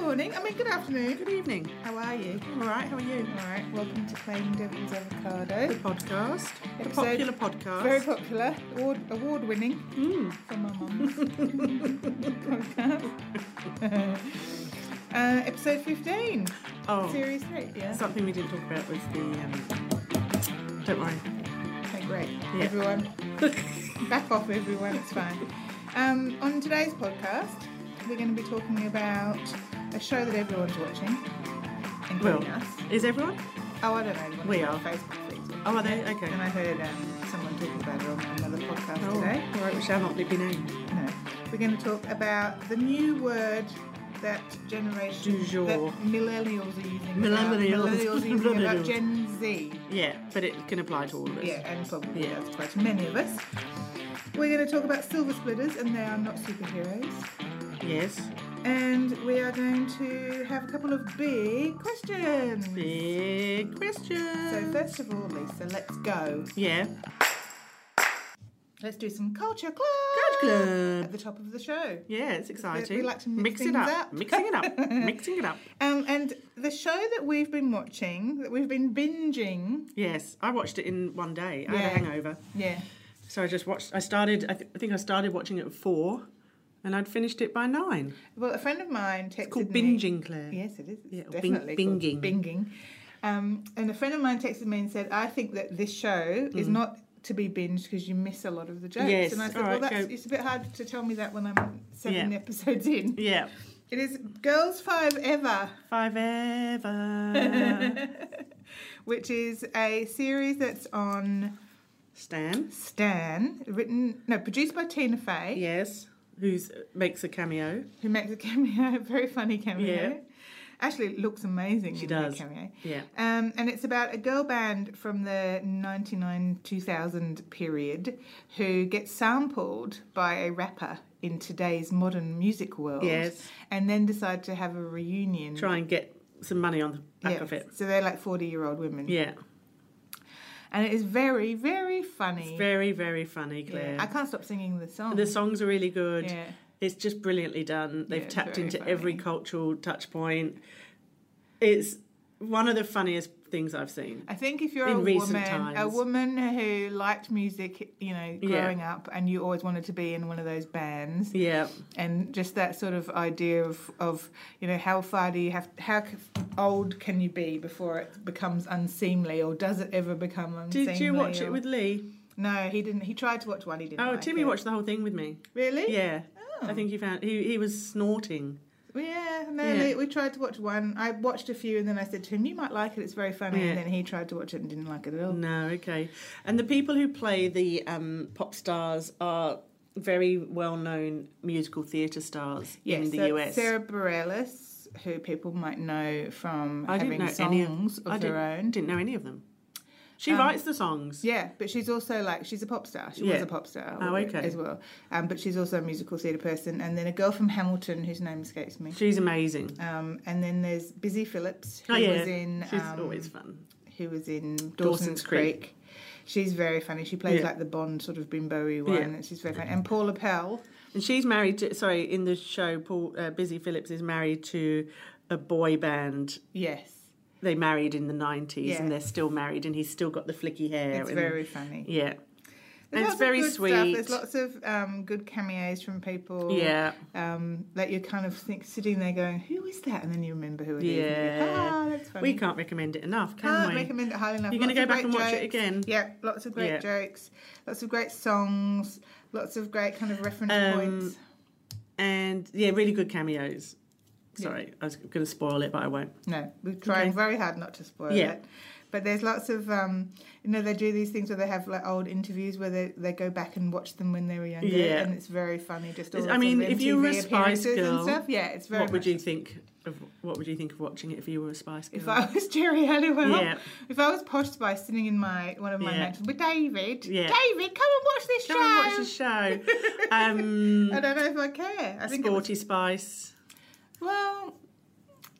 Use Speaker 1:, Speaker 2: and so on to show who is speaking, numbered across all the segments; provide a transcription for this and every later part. Speaker 1: morning. I mean, good afternoon.
Speaker 2: Good evening.
Speaker 1: How are you?
Speaker 2: All right, how are you?
Speaker 1: All right. Welcome to Plain Devil's
Speaker 2: The
Speaker 1: Avocado.
Speaker 2: podcast, the
Speaker 1: Episode-
Speaker 2: popular podcast.
Speaker 1: Very popular, award, award-winning
Speaker 2: Mm.
Speaker 1: from my mum's podcast. uh, episode fifteen,
Speaker 2: Oh,
Speaker 1: series eight. Yeah.
Speaker 2: something we didn't talk about was the. Um, don't worry.
Speaker 1: Okay, great.
Speaker 2: Yeah.
Speaker 1: Everyone, back off, everyone. It's fine. Um, on today's podcast, we're going to be talking about a show that everyone's watching, including
Speaker 2: Well,
Speaker 1: us.
Speaker 2: Is everyone?
Speaker 1: Oh, I don't know. everyone
Speaker 2: We
Speaker 1: on
Speaker 2: are.
Speaker 1: Facebook. feeds.
Speaker 2: Oh, are they? Okay.
Speaker 1: And I heard um, someone talking about it on another podcast
Speaker 2: Oh,
Speaker 1: today.
Speaker 2: all right, we shall not be named.
Speaker 1: No. We're going to talk about the new word that generation
Speaker 2: Du jour.
Speaker 1: that millennials are using.
Speaker 2: Millennials.
Speaker 1: About, millennials are using about
Speaker 2: Millennials.
Speaker 1: Gen Z.
Speaker 2: Yeah, but it can apply to all of us.
Speaker 1: Yeah, and probably
Speaker 2: Yeah.
Speaker 1: that's quite many of us. We're going to talk about silver splitters, and they are not superheroes.
Speaker 2: Yes.
Speaker 1: And we are going to have a couple of big questions.
Speaker 2: Big question.
Speaker 1: So first of all, Lisa, let's go.
Speaker 2: yeah.
Speaker 1: Let's do some culture club.
Speaker 2: Club.
Speaker 1: At the top of the show.
Speaker 2: Yeah, it's exciting.
Speaker 1: we like to mix
Speaker 2: it
Speaker 1: things
Speaker 2: up.
Speaker 1: up.
Speaker 2: Mixing it up. Mixing it up.
Speaker 1: Um, and the show that we've been watching, that we've been binging,
Speaker 2: Yes, I watched it in one day. I had a
Speaker 1: Yeah.
Speaker 2: hangover.
Speaker 1: yeah,
Speaker 2: So I just watched. I started. I, th- I think I started watching it at four, and I'd finished it by nine.
Speaker 1: Well, a friend of mine texted
Speaker 2: It's called
Speaker 1: me.
Speaker 2: binging, Claire.
Speaker 1: Yes, it is. It's
Speaker 2: Yeah, or bing-
Speaker 1: definitely called
Speaker 2: binging.
Speaker 1: Binging. Um, and a friend of mine texted me and said, "I think that this show is not to be binged because you miss a lot of the jokes."
Speaker 2: Mm. Yes,
Speaker 1: And I said,
Speaker 2: all
Speaker 1: "Well,
Speaker 2: right,
Speaker 1: that's
Speaker 2: go.
Speaker 1: it's a bit hard to tell me that when I'm seven
Speaker 2: Yeah.
Speaker 1: episodes in."
Speaker 2: Yeah,
Speaker 1: It is Girls Five Ever,
Speaker 2: five ever.
Speaker 1: which is a series that's on
Speaker 2: Stan.
Speaker 1: Stan, written no, produced by Tina Fey.
Speaker 2: Yes, who's makes a cameo.
Speaker 1: who makes a cameo, a very funny cameo.
Speaker 2: Yeah.
Speaker 1: Actually, it looks amazing.
Speaker 2: She
Speaker 1: in that
Speaker 2: does.
Speaker 1: cameo.
Speaker 2: Yeah.
Speaker 1: Um, and it's about a girl band from the 99 2000 period who gets sampled by a rapper in today's modern music world.
Speaker 2: Yes.
Speaker 1: And then decide to have a reunion.
Speaker 2: Try and get some money on the back
Speaker 1: Yeah.
Speaker 2: of it.
Speaker 1: So they're like 40 year old women.
Speaker 2: Yeah,
Speaker 1: And it is very, very funny.
Speaker 2: it's very very funny, Claire.
Speaker 1: Yeah. I can't stop singing the song.
Speaker 2: The songs are really good.
Speaker 1: yeah.
Speaker 2: It's just brilliantly done. They've
Speaker 1: Yeah, it's
Speaker 2: tapped
Speaker 1: very
Speaker 2: into
Speaker 1: funny.
Speaker 2: every cultural touch point. It's one of the funniest things I've seen.
Speaker 1: I think if you're
Speaker 2: in
Speaker 1: a
Speaker 2: recent
Speaker 1: woman, a
Speaker 2: times.
Speaker 1: woman who liked music, you know,
Speaker 2: Yeah.
Speaker 1: growing up, and you always wanted to be in one of those bands,
Speaker 2: Yeah,
Speaker 1: and just that sort of idea of, of you know, how far do you have, how c- old can you be before it becomes unseemly, or does it ever become unseemly?
Speaker 2: did you watch it
Speaker 1: or-
Speaker 2: with Lee?
Speaker 1: No, he didn't. He tried to watch one. He didn't.
Speaker 2: Oh,
Speaker 1: like
Speaker 2: Timmy
Speaker 1: it.
Speaker 2: watched the whole thing with me.
Speaker 1: Really?
Speaker 2: Yeah,
Speaker 1: Oh.
Speaker 2: I think he found he he was snorting.
Speaker 1: Well, Yeah, no,
Speaker 2: Yeah.
Speaker 1: Lee- we tried to watch one. I watched a few, and then I said to him, "You might like it. It's very funny."
Speaker 2: Yeah.
Speaker 1: And then he tried to watch it and didn't like it at all.
Speaker 2: No, okay. And the people who play the um, pop stars are very well-known musical theatre stars
Speaker 1: Yes,
Speaker 2: in the
Speaker 1: so
Speaker 2: US.
Speaker 1: Sarah Bareilles, who people might know from
Speaker 2: I
Speaker 1: having
Speaker 2: didn't know any of-
Speaker 1: songs of
Speaker 2: I
Speaker 1: her own.
Speaker 2: didn't know any of them. She
Speaker 1: Um,
Speaker 2: writes the songs.
Speaker 1: Yeah, but she's also like she's a pop star. She was
Speaker 2: Yeah.
Speaker 1: a pop star.
Speaker 2: Oh, okay.
Speaker 1: As well, um, but she's also a musical theatre person. And then a girl from Hamilton whose name escapes me.
Speaker 2: She's amazing.
Speaker 1: Um, and then there's Busy Phillips, who
Speaker 2: Oh, yeah.
Speaker 1: was in
Speaker 2: She's
Speaker 1: um,
Speaker 2: always fun.
Speaker 1: who was in Dawson's,
Speaker 2: Dawson's
Speaker 1: Creek.
Speaker 2: Creek.
Speaker 1: She's very funny. She plays
Speaker 2: Yeah.
Speaker 1: like the Bond sort of bimbo-y one.
Speaker 2: Yeah.
Speaker 1: And she's very funny. And Paula Pell.
Speaker 2: And she's married to, sorry, in the show, Paul uh, Busy Phillips is married to a boy band.
Speaker 1: Yes,
Speaker 2: They married in the 90s
Speaker 1: Yeah.
Speaker 2: and they're still married and he's still got the flicky hair.
Speaker 1: it's
Speaker 2: and,
Speaker 1: very funny.
Speaker 2: Yeah. And
Speaker 1: There's
Speaker 2: it's
Speaker 1: lots of
Speaker 2: very
Speaker 1: good
Speaker 2: sweet.
Speaker 1: Stuff. There's lots of um, good cameos from people.
Speaker 2: Yeah.
Speaker 1: Um, that you're kind of think, sitting there going, "Who is that?" And then you remember who it is. and you go,
Speaker 2: Yeah.
Speaker 1: "Ah, that's funny."
Speaker 2: We can't recommend it enough, can
Speaker 1: Can't
Speaker 2: we?
Speaker 1: recommend it highly enough.
Speaker 2: You're going to
Speaker 1: Lots
Speaker 2: go
Speaker 1: of
Speaker 2: back and
Speaker 1: great
Speaker 2: watch it
Speaker 1: jokes.
Speaker 2: again.
Speaker 1: Yeah, lots of great
Speaker 2: Yeah.
Speaker 1: jokes, lots of great songs, lots of great kind of reference
Speaker 2: Um,
Speaker 1: points.
Speaker 2: And yeah, really good cameos. Sorry, I was going to spoil it, but I won't.
Speaker 1: No, we're trying
Speaker 2: okay.
Speaker 1: very hard not to spoil
Speaker 2: Yeah.
Speaker 1: it. But there's lots of, um, you know, they do these things where they have like old interviews where they, they go back and watch them when they were younger,
Speaker 2: Yeah.
Speaker 1: and it's very funny. Just all
Speaker 2: It's-
Speaker 1: the
Speaker 2: I mean,
Speaker 1: sort of
Speaker 2: if you were a
Speaker 1: MTV
Speaker 2: Spice
Speaker 1: appearances and
Speaker 2: Girl,
Speaker 1: stuff, yeah, it's very.
Speaker 2: what would
Speaker 1: much-
Speaker 2: you think of what would you think of watching it if you were a Spice Girl?
Speaker 1: If I was Jerry Halliwell,
Speaker 2: yeah,
Speaker 1: if I was Posh Spice sitting in my one of my
Speaker 2: Yeah.
Speaker 1: mansions with David,
Speaker 2: Yeah.
Speaker 1: David, come and watch this
Speaker 2: come
Speaker 1: show.
Speaker 2: and watch the show. Um,
Speaker 1: I don't know if I care. I think it was,
Speaker 2: Sporty Spice.
Speaker 1: well,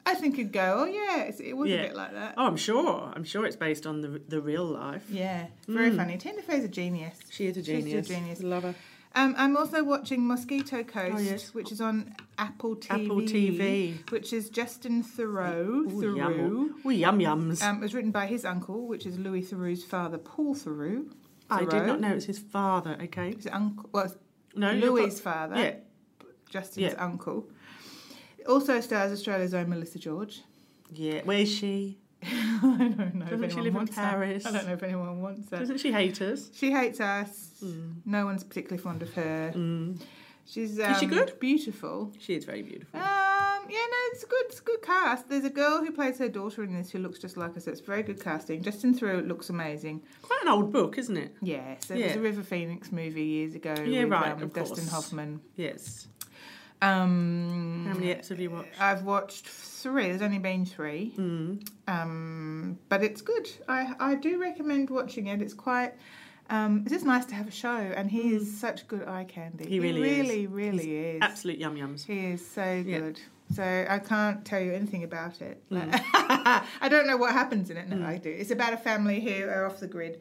Speaker 1: I think it'd go. Oh yeah, it's, it was a
Speaker 2: Yeah.
Speaker 1: bit like that.
Speaker 2: Oh, I'm sure. I'm sure it's based on the the real life.
Speaker 1: Yeah, very
Speaker 2: Mm.
Speaker 1: funny. Tina Fey's a genius.
Speaker 2: She is a
Speaker 1: She's a
Speaker 2: genius.
Speaker 1: genius.
Speaker 2: Love her.
Speaker 1: Um, I'm also watching Mosquito Coast,
Speaker 2: Oh, yes.
Speaker 1: which is on Apple TV.
Speaker 2: Apple TV.
Speaker 1: Which is Justin Thoreau.
Speaker 2: Ooh,
Speaker 1: Thoreau.
Speaker 2: yum. Ooh, yum yums.
Speaker 1: Um, it was written by his uncle, which is Louis Thoreau's father, Paul Thoreau.
Speaker 2: I did
Speaker 1: Thoreau.
Speaker 2: not know it's his father. Okay.
Speaker 1: His uncle, well, it's
Speaker 2: No, you've
Speaker 1: Louis's
Speaker 2: got-
Speaker 1: father,
Speaker 2: Yeah.
Speaker 1: Justin's
Speaker 2: yeah.
Speaker 1: uncle. Also stars Australia's own Melissa George.
Speaker 2: Yeah. Where's she?
Speaker 1: I don't know
Speaker 2: Doesn't
Speaker 1: if
Speaker 2: she
Speaker 1: anyone
Speaker 2: live in
Speaker 1: wants her.
Speaker 2: Paris?
Speaker 1: I don't know if anyone wants her.
Speaker 2: Doesn't she hate us?
Speaker 1: She hates us. No one's particularly fond of her. She's um,
Speaker 2: Mm. Is she good?
Speaker 1: Beautiful.
Speaker 2: She is very beautiful.
Speaker 1: Um, yeah, no, it's a good. It's a good cast. There's a girl who plays her daughter in this who looks just like her, so it's very good casting. Justin Thoreau looks amazing.
Speaker 2: Quite an old book, isn't it?
Speaker 1: Yeah, so there's
Speaker 2: Yeah.
Speaker 1: a River Phoenix movie years ago
Speaker 2: Yeah,
Speaker 1: with
Speaker 2: right,
Speaker 1: um,
Speaker 2: of
Speaker 1: Dustin
Speaker 2: course.
Speaker 1: Hoffman.
Speaker 2: Yes.
Speaker 1: Um,
Speaker 2: How many episodes have you watched?
Speaker 1: I've watched three. There's only been three,
Speaker 2: Mm.
Speaker 1: um, but it's good. I I do recommend watching it. It's quite. Um, it's just nice to have a show, and he is such good eye candy.
Speaker 2: Hmm. He really is.
Speaker 1: really, really is.
Speaker 2: Absolute yum yums.
Speaker 1: He is so
Speaker 2: Yeah. Mm.
Speaker 1: good. So I can't tell you anything about it. I don't know what happens in it. No, I do. It's about a family who are off the grid.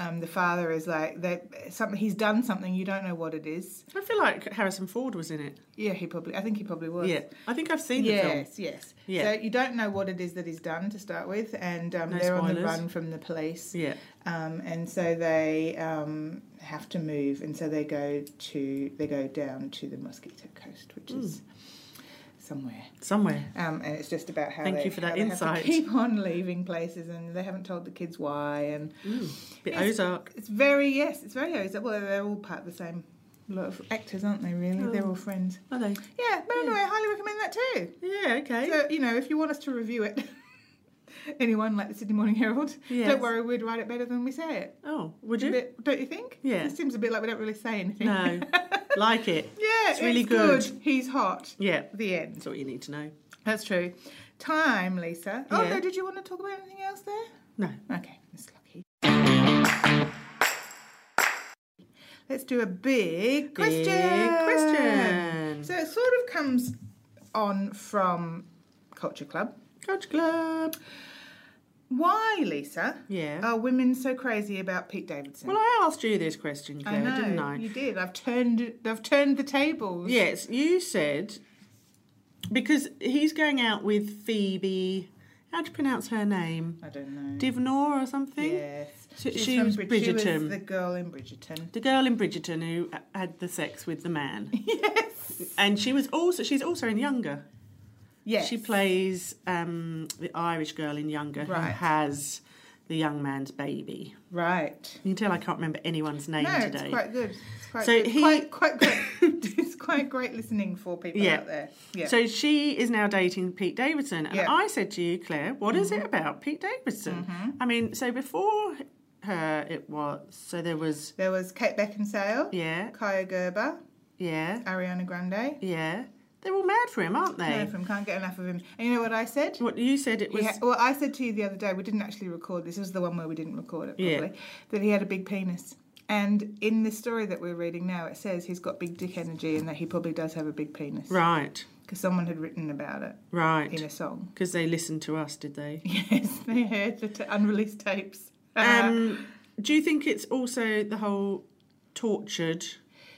Speaker 1: Um, the father is like that. Something he's done something you don't know what it is.
Speaker 2: I feel like Harrison Ford was in it.
Speaker 1: Yeah, he probably. I think he probably was.
Speaker 2: Yeah. I think I've seen the film.
Speaker 1: Yes, yes.
Speaker 2: Yeah.
Speaker 1: So you don't know what it is that he's done to start with, and um,
Speaker 2: No
Speaker 1: they're on the
Speaker 2: spoilers.
Speaker 1: run from the police,
Speaker 2: Yeah.
Speaker 1: um, and so they um, have to move, and so they go to they go down to the Mosquito Coast, which
Speaker 2: Mm.
Speaker 1: is somewhere,
Speaker 2: Somewhere.
Speaker 1: um, and it's just about how
Speaker 2: Thank
Speaker 1: they,
Speaker 2: you for
Speaker 1: how
Speaker 2: that
Speaker 1: they
Speaker 2: insight.
Speaker 1: Have to keep on leaving places, and they haven't told the kids why, and
Speaker 2: Mm. Bit
Speaker 1: Yes.
Speaker 2: Ozark.
Speaker 1: it's very yes, it's very Ozark. Well, they're all part of the same lot of actors, aren't they? Really, they're
Speaker 2: Oh.
Speaker 1: all friends.
Speaker 2: Are they?
Speaker 1: Yeah, but anyway, I highly recommend that too.
Speaker 2: Yeah, okay.
Speaker 1: So, you know, if you want us to review it, anyone like the Sydney Morning Herald,
Speaker 2: Yes.
Speaker 1: don't worry, we'd write it better than we say it.
Speaker 2: oh, would
Speaker 1: It's a
Speaker 2: you?
Speaker 1: bit- don't you think?
Speaker 2: Yeah.
Speaker 1: It seems a bit like we don't really say anything.
Speaker 2: No. like it.
Speaker 1: Yeah,
Speaker 2: It's really
Speaker 1: He's hot.
Speaker 2: Yeah.
Speaker 1: The end.
Speaker 2: That's all you need to know.
Speaker 1: That's true. Time, Lisa. Oh,
Speaker 2: Yeah.
Speaker 1: no, did you want to talk about anything else there?
Speaker 2: No.
Speaker 1: Okay, Miss Lucky. Let's do a big question.
Speaker 2: Big question.
Speaker 1: So it sort of comes on from Culture Club.
Speaker 2: Coach Club.
Speaker 1: Why, Lisa,
Speaker 2: Yeah.
Speaker 1: are women so crazy about Pete Davidson?
Speaker 2: well, I asked you this question, Claire, didn't I?
Speaker 1: You did. I've turned. I've turned the tables.
Speaker 2: Yes, you said because he's going out with Phoebe. How do you pronounce her name?
Speaker 1: I don't know.
Speaker 2: Divnor or something?
Speaker 1: yes.
Speaker 2: She-
Speaker 1: She's
Speaker 2: she
Speaker 1: from
Speaker 2: was
Speaker 1: Brid- she was
Speaker 2: Bridgerton.
Speaker 1: the girl in Bridgerton.
Speaker 2: The girl in Bridgerton who had the sex with the man. Yes. And she was also she's also in Younger.
Speaker 1: Yes.
Speaker 2: She plays um, the Irish girl in Younger who
Speaker 1: Right.
Speaker 2: has the young man's baby.
Speaker 1: Right.
Speaker 2: You can tell I can't remember anyone's name
Speaker 1: No,
Speaker 2: today.
Speaker 1: it's quite good. It's quite
Speaker 2: So
Speaker 1: good.
Speaker 2: he-
Speaker 1: quite quite great. it's quite great listening for people
Speaker 2: Yeah.
Speaker 1: out there. Yeah.
Speaker 2: So she is now dating Pete Davidson. And
Speaker 1: Yeah.
Speaker 2: I said to you, Claire, what is it about Pete Davidson? I mean, so before her, it was, so there was,
Speaker 1: there was Kate Beckinsale,
Speaker 2: yeah,
Speaker 1: Kaya Gerber,
Speaker 2: yeah,
Speaker 1: Ariana Grande.
Speaker 2: yeah. They're all mad for him, aren't they?
Speaker 1: No, from Can't Get Enough of Him. And you know what I said?
Speaker 2: What you said it was,
Speaker 1: He ha- well, I said to you the other day, we didn't actually record this. This was the one where we didn't record it,
Speaker 2: Yeah.
Speaker 1: probably. That he had a big penis. And in the story that we're reading now, it says he's got big dick energy and that he probably does have a big penis.
Speaker 2: right,
Speaker 1: Because someone had written about it in
Speaker 2: right.
Speaker 1: a song.
Speaker 2: Because they listened to us, did they?
Speaker 1: Yes, they heard the t- unreleased tapes.
Speaker 2: Um, do you think it's also the whole tortured?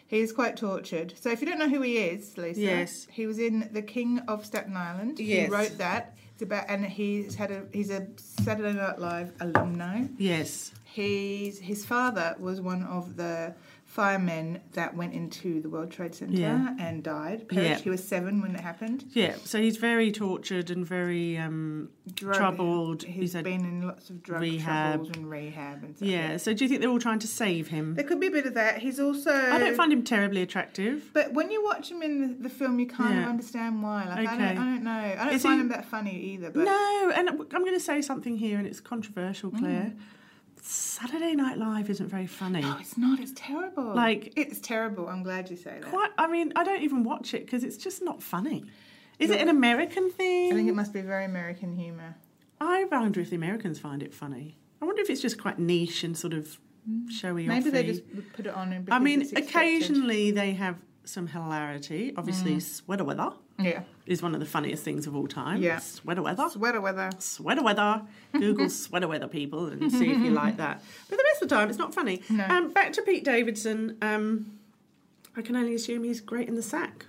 Speaker 1: he is quite tortured. So if you don't know who he is, Lisa,
Speaker 2: Yes.
Speaker 1: he was in The King of Staten Island.
Speaker 2: Yes.
Speaker 1: He wrote that. It's about, and he's had a he's a Saturday Night Live alumni.
Speaker 2: Yes.
Speaker 1: He's, his father was one of the firemen that went into the World Trade Center
Speaker 2: Yeah.
Speaker 1: and died. Perished.
Speaker 2: Yeah.
Speaker 1: He was seven when it happened.
Speaker 2: Yeah, so he's very tortured and very um,
Speaker 1: Drug-
Speaker 2: troubled.
Speaker 1: He's
Speaker 2: had-
Speaker 1: been in lots of drug
Speaker 2: rehab.
Speaker 1: troubles and rehab and stuff.
Speaker 2: Yeah, so do you think they're all trying to save him?
Speaker 1: There could be a bit of that. He's also.
Speaker 2: I don't find him terribly attractive.
Speaker 1: But when you watch him in the, the film, you kind
Speaker 2: Yeah.
Speaker 1: of understand why. Like I,
Speaker 2: Okay.
Speaker 1: don't, I don't know. I don't
Speaker 2: Is
Speaker 1: find
Speaker 2: he-
Speaker 1: him that funny either. But Mm.
Speaker 2: no, and I'm going to say something here, and it's controversial, Claire. Saturday Night Live isn't very funny.
Speaker 1: no, Oh, it's not. It's terrible.
Speaker 2: Like-
Speaker 1: it's terrible. I'm glad you say that.
Speaker 2: Quite, I mean, I don't even watch it because it's just not funny. Is it an American
Speaker 1: I think
Speaker 2: thing?
Speaker 1: it must be very American humor.
Speaker 2: I wonder if the Americans find it funny. I wonder if it's just quite niche and sort of showy.
Speaker 1: Mm. Maybe they
Speaker 2: offy.
Speaker 1: just put it on. And
Speaker 2: I mean,
Speaker 1: because it's expected.
Speaker 2: occasionally they have some hilarity. Obviously,
Speaker 1: Mm.
Speaker 2: sweater weather
Speaker 1: Yeah.
Speaker 2: is one of the funniest things of all time.
Speaker 1: Yeah.
Speaker 2: Sweater weather.
Speaker 1: Sweater weather.
Speaker 2: sweater weather. Google sweater weather, people, and see if you like that. But the rest of the time, it's not funny.
Speaker 1: No.
Speaker 2: Um, back to Pete Davidson. Um, I can only assume he's great in the sack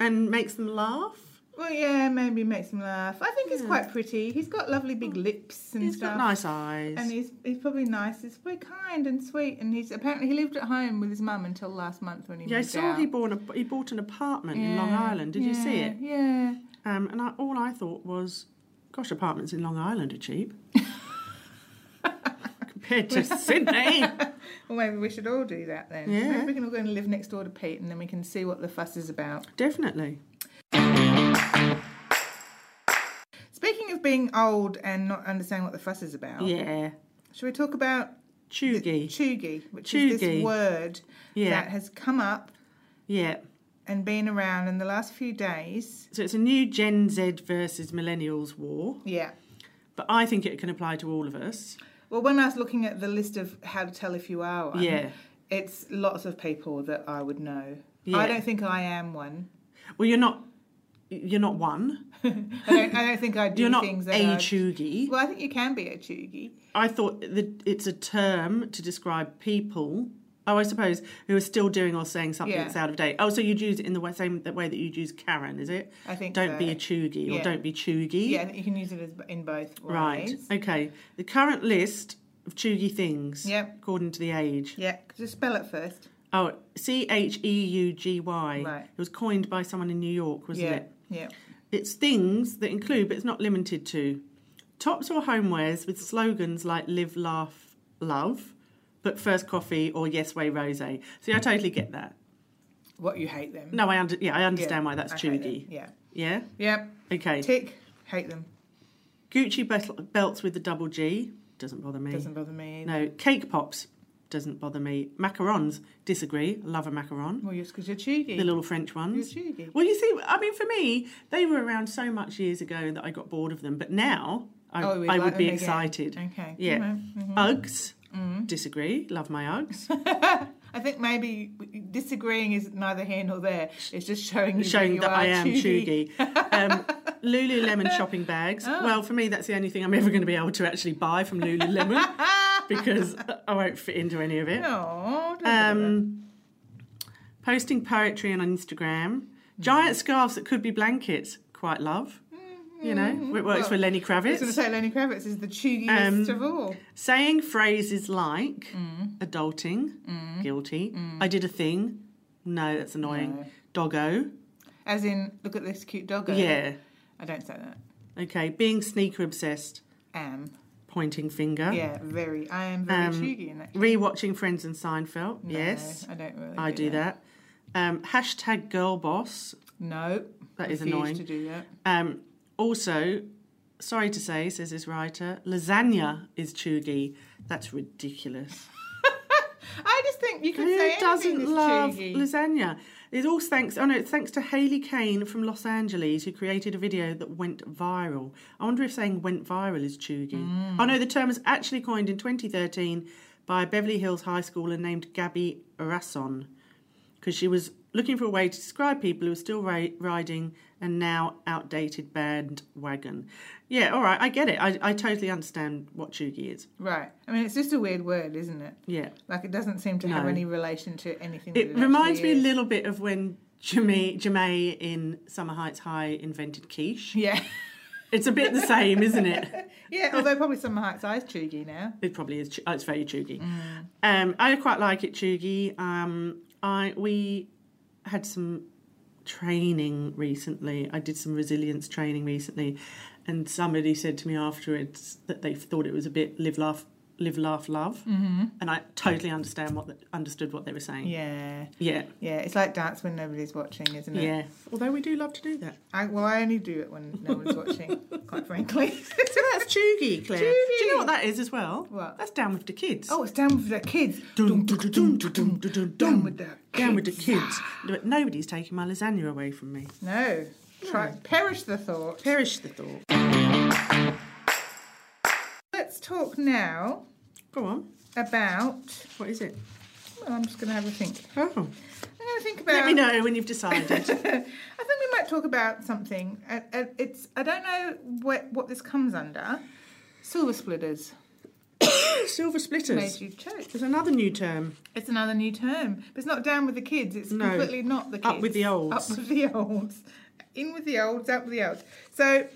Speaker 2: and makes them laugh.
Speaker 1: Well, yeah, maybe makes him laugh. I think he's
Speaker 2: Yeah. Oh.
Speaker 1: quite pretty. He's got lovely big lips and
Speaker 2: He's
Speaker 1: stuff.
Speaker 2: got nice eyes.
Speaker 1: And he's he's probably nice. He's very kind and sweet. And he's apparently he lived at home with his mum until last month when he
Speaker 2: yeah, I
Speaker 1: moved
Speaker 2: saw
Speaker 1: out.
Speaker 2: he bought an, he bought an apartment in Long
Speaker 1: Yeah,
Speaker 2: Island. Did you see
Speaker 1: yeah,
Speaker 2: it?
Speaker 1: Yeah.
Speaker 2: Um, and I, all I thought was, gosh, apartments in Long Island are cheap compared to Sydney.
Speaker 1: Well, maybe we should all do that then.
Speaker 2: Yeah.
Speaker 1: Maybe we can all go and live next door to Pete, and then we can see what the fuss is about.
Speaker 2: Definitely.
Speaker 1: Speaking of being old and not understanding what the fuss is about,
Speaker 2: Yeah.
Speaker 1: should we talk about the
Speaker 2: Chugi.
Speaker 1: Chugi, which is
Speaker 2: Chugi.
Speaker 1: this word
Speaker 2: Yeah.
Speaker 1: that has come up
Speaker 2: Yeah.
Speaker 1: and been around in the last few days?
Speaker 2: So it's a new Gen Z versus millennials war,
Speaker 1: Yeah.
Speaker 2: but I think it can apply to all of us.
Speaker 1: Well, when I was looking at the list of how to tell if you are one,
Speaker 2: Yeah.
Speaker 1: it's lots of people that I would know.
Speaker 2: Yeah.
Speaker 1: I don't think I am one.
Speaker 2: Well, you're not. You're not one.
Speaker 1: I don't, I don't think I do
Speaker 2: You're not a
Speaker 1: things that are-
Speaker 2: Chugi.
Speaker 1: Well, I think you can be a Chugi.
Speaker 2: I thought that it's a term to describe people. Oh, I suppose who are still doing or saying something
Speaker 1: Yeah.
Speaker 2: that's out of date. Oh, so you'd use it in the way- same the way that you'd use Karen, is it?
Speaker 1: I think
Speaker 2: Don't
Speaker 1: so.
Speaker 2: be a choogie or
Speaker 1: Yeah.
Speaker 2: don't be choogie.
Speaker 1: Yeah, I think you can use it as, in both ways.
Speaker 2: Right. Okay. The current list of choogie things.
Speaker 1: Yep.
Speaker 2: According to the age.
Speaker 1: Yeah, just spell it first.
Speaker 2: Oh, C H E U G Y.
Speaker 1: Right.
Speaker 2: It was coined by someone in New York, wasn't
Speaker 1: yeah.
Speaker 2: it?
Speaker 1: Yeah.
Speaker 2: It's things that include, but it's not limited to, tops or homewares with slogans like "Live, Laugh, Love," but first coffee or "Yes Way Rosé." See, I totally get that.
Speaker 1: What you hate them.
Speaker 2: No, I under- yeah, I
Speaker 1: Yeah,
Speaker 2: understand why that's
Speaker 1: I hate them.
Speaker 2: chuggy.
Speaker 1: Yeah.
Speaker 2: Yeah.
Speaker 1: Yeah.
Speaker 2: Okay.
Speaker 1: Tick. Hate them.
Speaker 2: Gucci bel- belts with the double G doesn't bother me.
Speaker 1: Doesn't bother me. either.
Speaker 2: No, cake pops doesn't bother me. Macarons disagree. Love a macaron.
Speaker 1: Well, just because you're Chugi.
Speaker 2: The little French
Speaker 1: You're
Speaker 2: ones.
Speaker 1: Chugi.
Speaker 2: Well, you see, I mean, for me, they were around so much years ago that I got bored of them. But now I,
Speaker 1: Oh, we'd
Speaker 2: I
Speaker 1: like
Speaker 2: would be
Speaker 1: them again. Mm.
Speaker 2: excited.
Speaker 1: Okay. Mm-hmm.
Speaker 2: Yeah.
Speaker 1: Alright.
Speaker 2: Uggs disagree. Love my Uggs.
Speaker 1: I think maybe disagreeing is neither here nor there. It's just showing you
Speaker 2: Showing
Speaker 1: you
Speaker 2: that
Speaker 1: are
Speaker 2: I am
Speaker 1: Chugi.
Speaker 2: chuggy. Um, Lululemon shopping bags.
Speaker 1: Oh.
Speaker 2: Well, for me, that's the only thing I'm ever going to be able to actually buy from Lululemon because I won't fit into any of it.
Speaker 1: No, don't do that.
Speaker 2: Um, posting poetry on
Speaker 1: Mm.
Speaker 2: Instagram. Giant scarves that could be blankets. Quite love. You know, it works
Speaker 1: Well,
Speaker 2: for Lenny
Speaker 1: Mm-hmm. I was going to
Speaker 2: Kravitz.
Speaker 1: say Lenny Kravitz is the chugiest
Speaker 2: Um,
Speaker 1: of all.
Speaker 2: Saying phrases like
Speaker 1: Mm.
Speaker 2: adulting, guilty. I did a thing. No, that's annoying.
Speaker 1: No.
Speaker 2: Doggo.
Speaker 1: As in, look at this cute doggo.
Speaker 2: Yeah.
Speaker 1: I don't say that.
Speaker 2: Okay. Being sneaker obsessed.
Speaker 1: Am.
Speaker 2: Pointing finger.
Speaker 1: Yeah, very. I am very
Speaker 2: Um,
Speaker 1: chuggy in that.
Speaker 2: Rewatching Friends and Seinfeld.
Speaker 1: No,
Speaker 2: yes.
Speaker 1: I don't really.
Speaker 2: I do that. Um, hashtag girl boss.
Speaker 1: No.
Speaker 2: That is
Speaker 1: refuse
Speaker 2: annoying.
Speaker 1: to do that.
Speaker 2: Um, also, sorry to say, says this writer, lasagna is chuggy. That's ridiculous.
Speaker 1: I just think you can
Speaker 2: Who
Speaker 1: say anything
Speaker 2: doesn't
Speaker 1: is
Speaker 2: love
Speaker 1: chuggy.
Speaker 2: lasagna? It's all thanks. Oh no, it's thanks to Haley Kane from Los Angeles who created a video that went viral. I wonder if saying "went viral" is chuggy.
Speaker 1: Mm.
Speaker 2: Oh no, the term was actually coined in 2013 by a Beverly Hills high schooler named Gabby Rasson because she was looking for a way to describe people who are still ri riding a now outdated bandwagon. Yeah, all right, I get it. I, I totally understand what chuggy is.
Speaker 1: Right. I mean, it's just a weird word, isn't it?
Speaker 2: Yeah.
Speaker 1: Like it doesn't seem to have
Speaker 2: No.
Speaker 1: any relation to anything. that
Speaker 2: It reminds me
Speaker 1: actually
Speaker 2: a
Speaker 1: is.
Speaker 2: little bit of when Jimmy Jemay in Summer Heights High invented quiche.
Speaker 1: Yeah.
Speaker 2: It's a bit the same, isn't it?
Speaker 1: yeah. Although probably some heights eyes chuggy now.
Speaker 2: It probably is. chu- Oh, it's very chuggy. Um, I quite like it, chuggy. Um, I we had some training recently. I did some resilience training recently, and somebody said to me afterwards that they thought it was a bit live, laugh, live, laugh, love, mm-hmm. and I totally understand what the, understood what they were saying.
Speaker 1: Yeah.
Speaker 2: Yeah,
Speaker 1: Yeah. It's like dance when nobody's watching, isn't
Speaker 2: yeah.
Speaker 1: it?
Speaker 2: Although we do love to do that.
Speaker 1: I, well, I only do it when no one's watching, quite frankly.
Speaker 2: So that's Chuggy, Claire. Do you know
Speaker 1: Chuggy.
Speaker 2: what that is as well?
Speaker 1: What?
Speaker 2: That's Down with the Kids.
Speaker 1: oh, it's down with the kids.
Speaker 2: Dum, dum, dum, dum, dum, dum, dum,
Speaker 1: Down
Speaker 2: dum.
Speaker 1: with the
Speaker 2: Down with the Kids. But nobody's taking my lasagna away from me.
Speaker 1: No. Try, perish the thought.
Speaker 2: Perish the thought.
Speaker 1: Let's talk now
Speaker 2: Go on.
Speaker 1: about.
Speaker 2: What is it?
Speaker 1: Well, I'm just going to have a think.
Speaker 2: Oh.
Speaker 1: I'm going to think about.
Speaker 2: Let me know when you've decided.
Speaker 1: I think we might talk about something. Uh, uh, It's I don't know what what this comes under. Silver splitters.
Speaker 2: Silver
Speaker 1: Made
Speaker 2: splitters.
Speaker 1: you choke.
Speaker 2: There's another new term.
Speaker 1: It's another new term. But it's not down with the kids. It's
Speaker 2: No.
Speaker 1: completely not the kids.
Speaker 2: Up with the olds.
Speaker 1: Up with the olds. In with the olds, out with the olds. So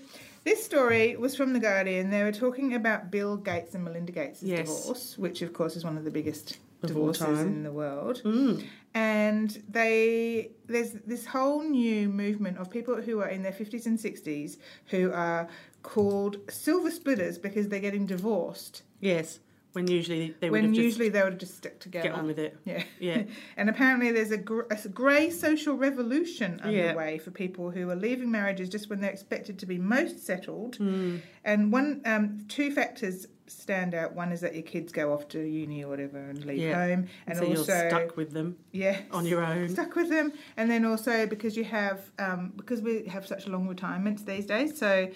Speaker 1: this story was from The Guardian. They were talking about Bill Gates and Melinda Gates'
Speaker 2: Yes.
Speaker 1: divorce, which of course is one of the biggest
Speaker 2: Of all
Speaker 1: divorces
Speaker 2: time.
Speaker 1: in the world.
Speaker 2: Mm.
Speaker 1: and they there's this whole new movement of people who are in their 50s and 60s who are called silver splitters because they're getting divorced
Speaker 2: Yes, when usually they would
Speaker 1: when
Speaker 2: have just
Speaker 1: usually they would just stick together
Speaker 2: get on with it.
Speaker 1: yeah
Speaker 2: Yeah.
Speaker 1: and apparently there's a, gr- a grey social revolution
Speaker 2: Yeah.
Speaker 1: underway for people who are leaving marriages just when they're expected to be most settled
Speaker 2: Mm.
Speaker 1: and one um, two factors stand out one is that your kids go off to uni or whatever and leave
Speaker 2: Yeah.
Speaker 1: home and
Speaker 2: so
Speaker 1: also
Speaker 2: you're stuck with them
Speaker 1: yeah
Speaker 2: on your own.
Speaker 1: stuck with them and then also because you have um, because we have such long retirements these days so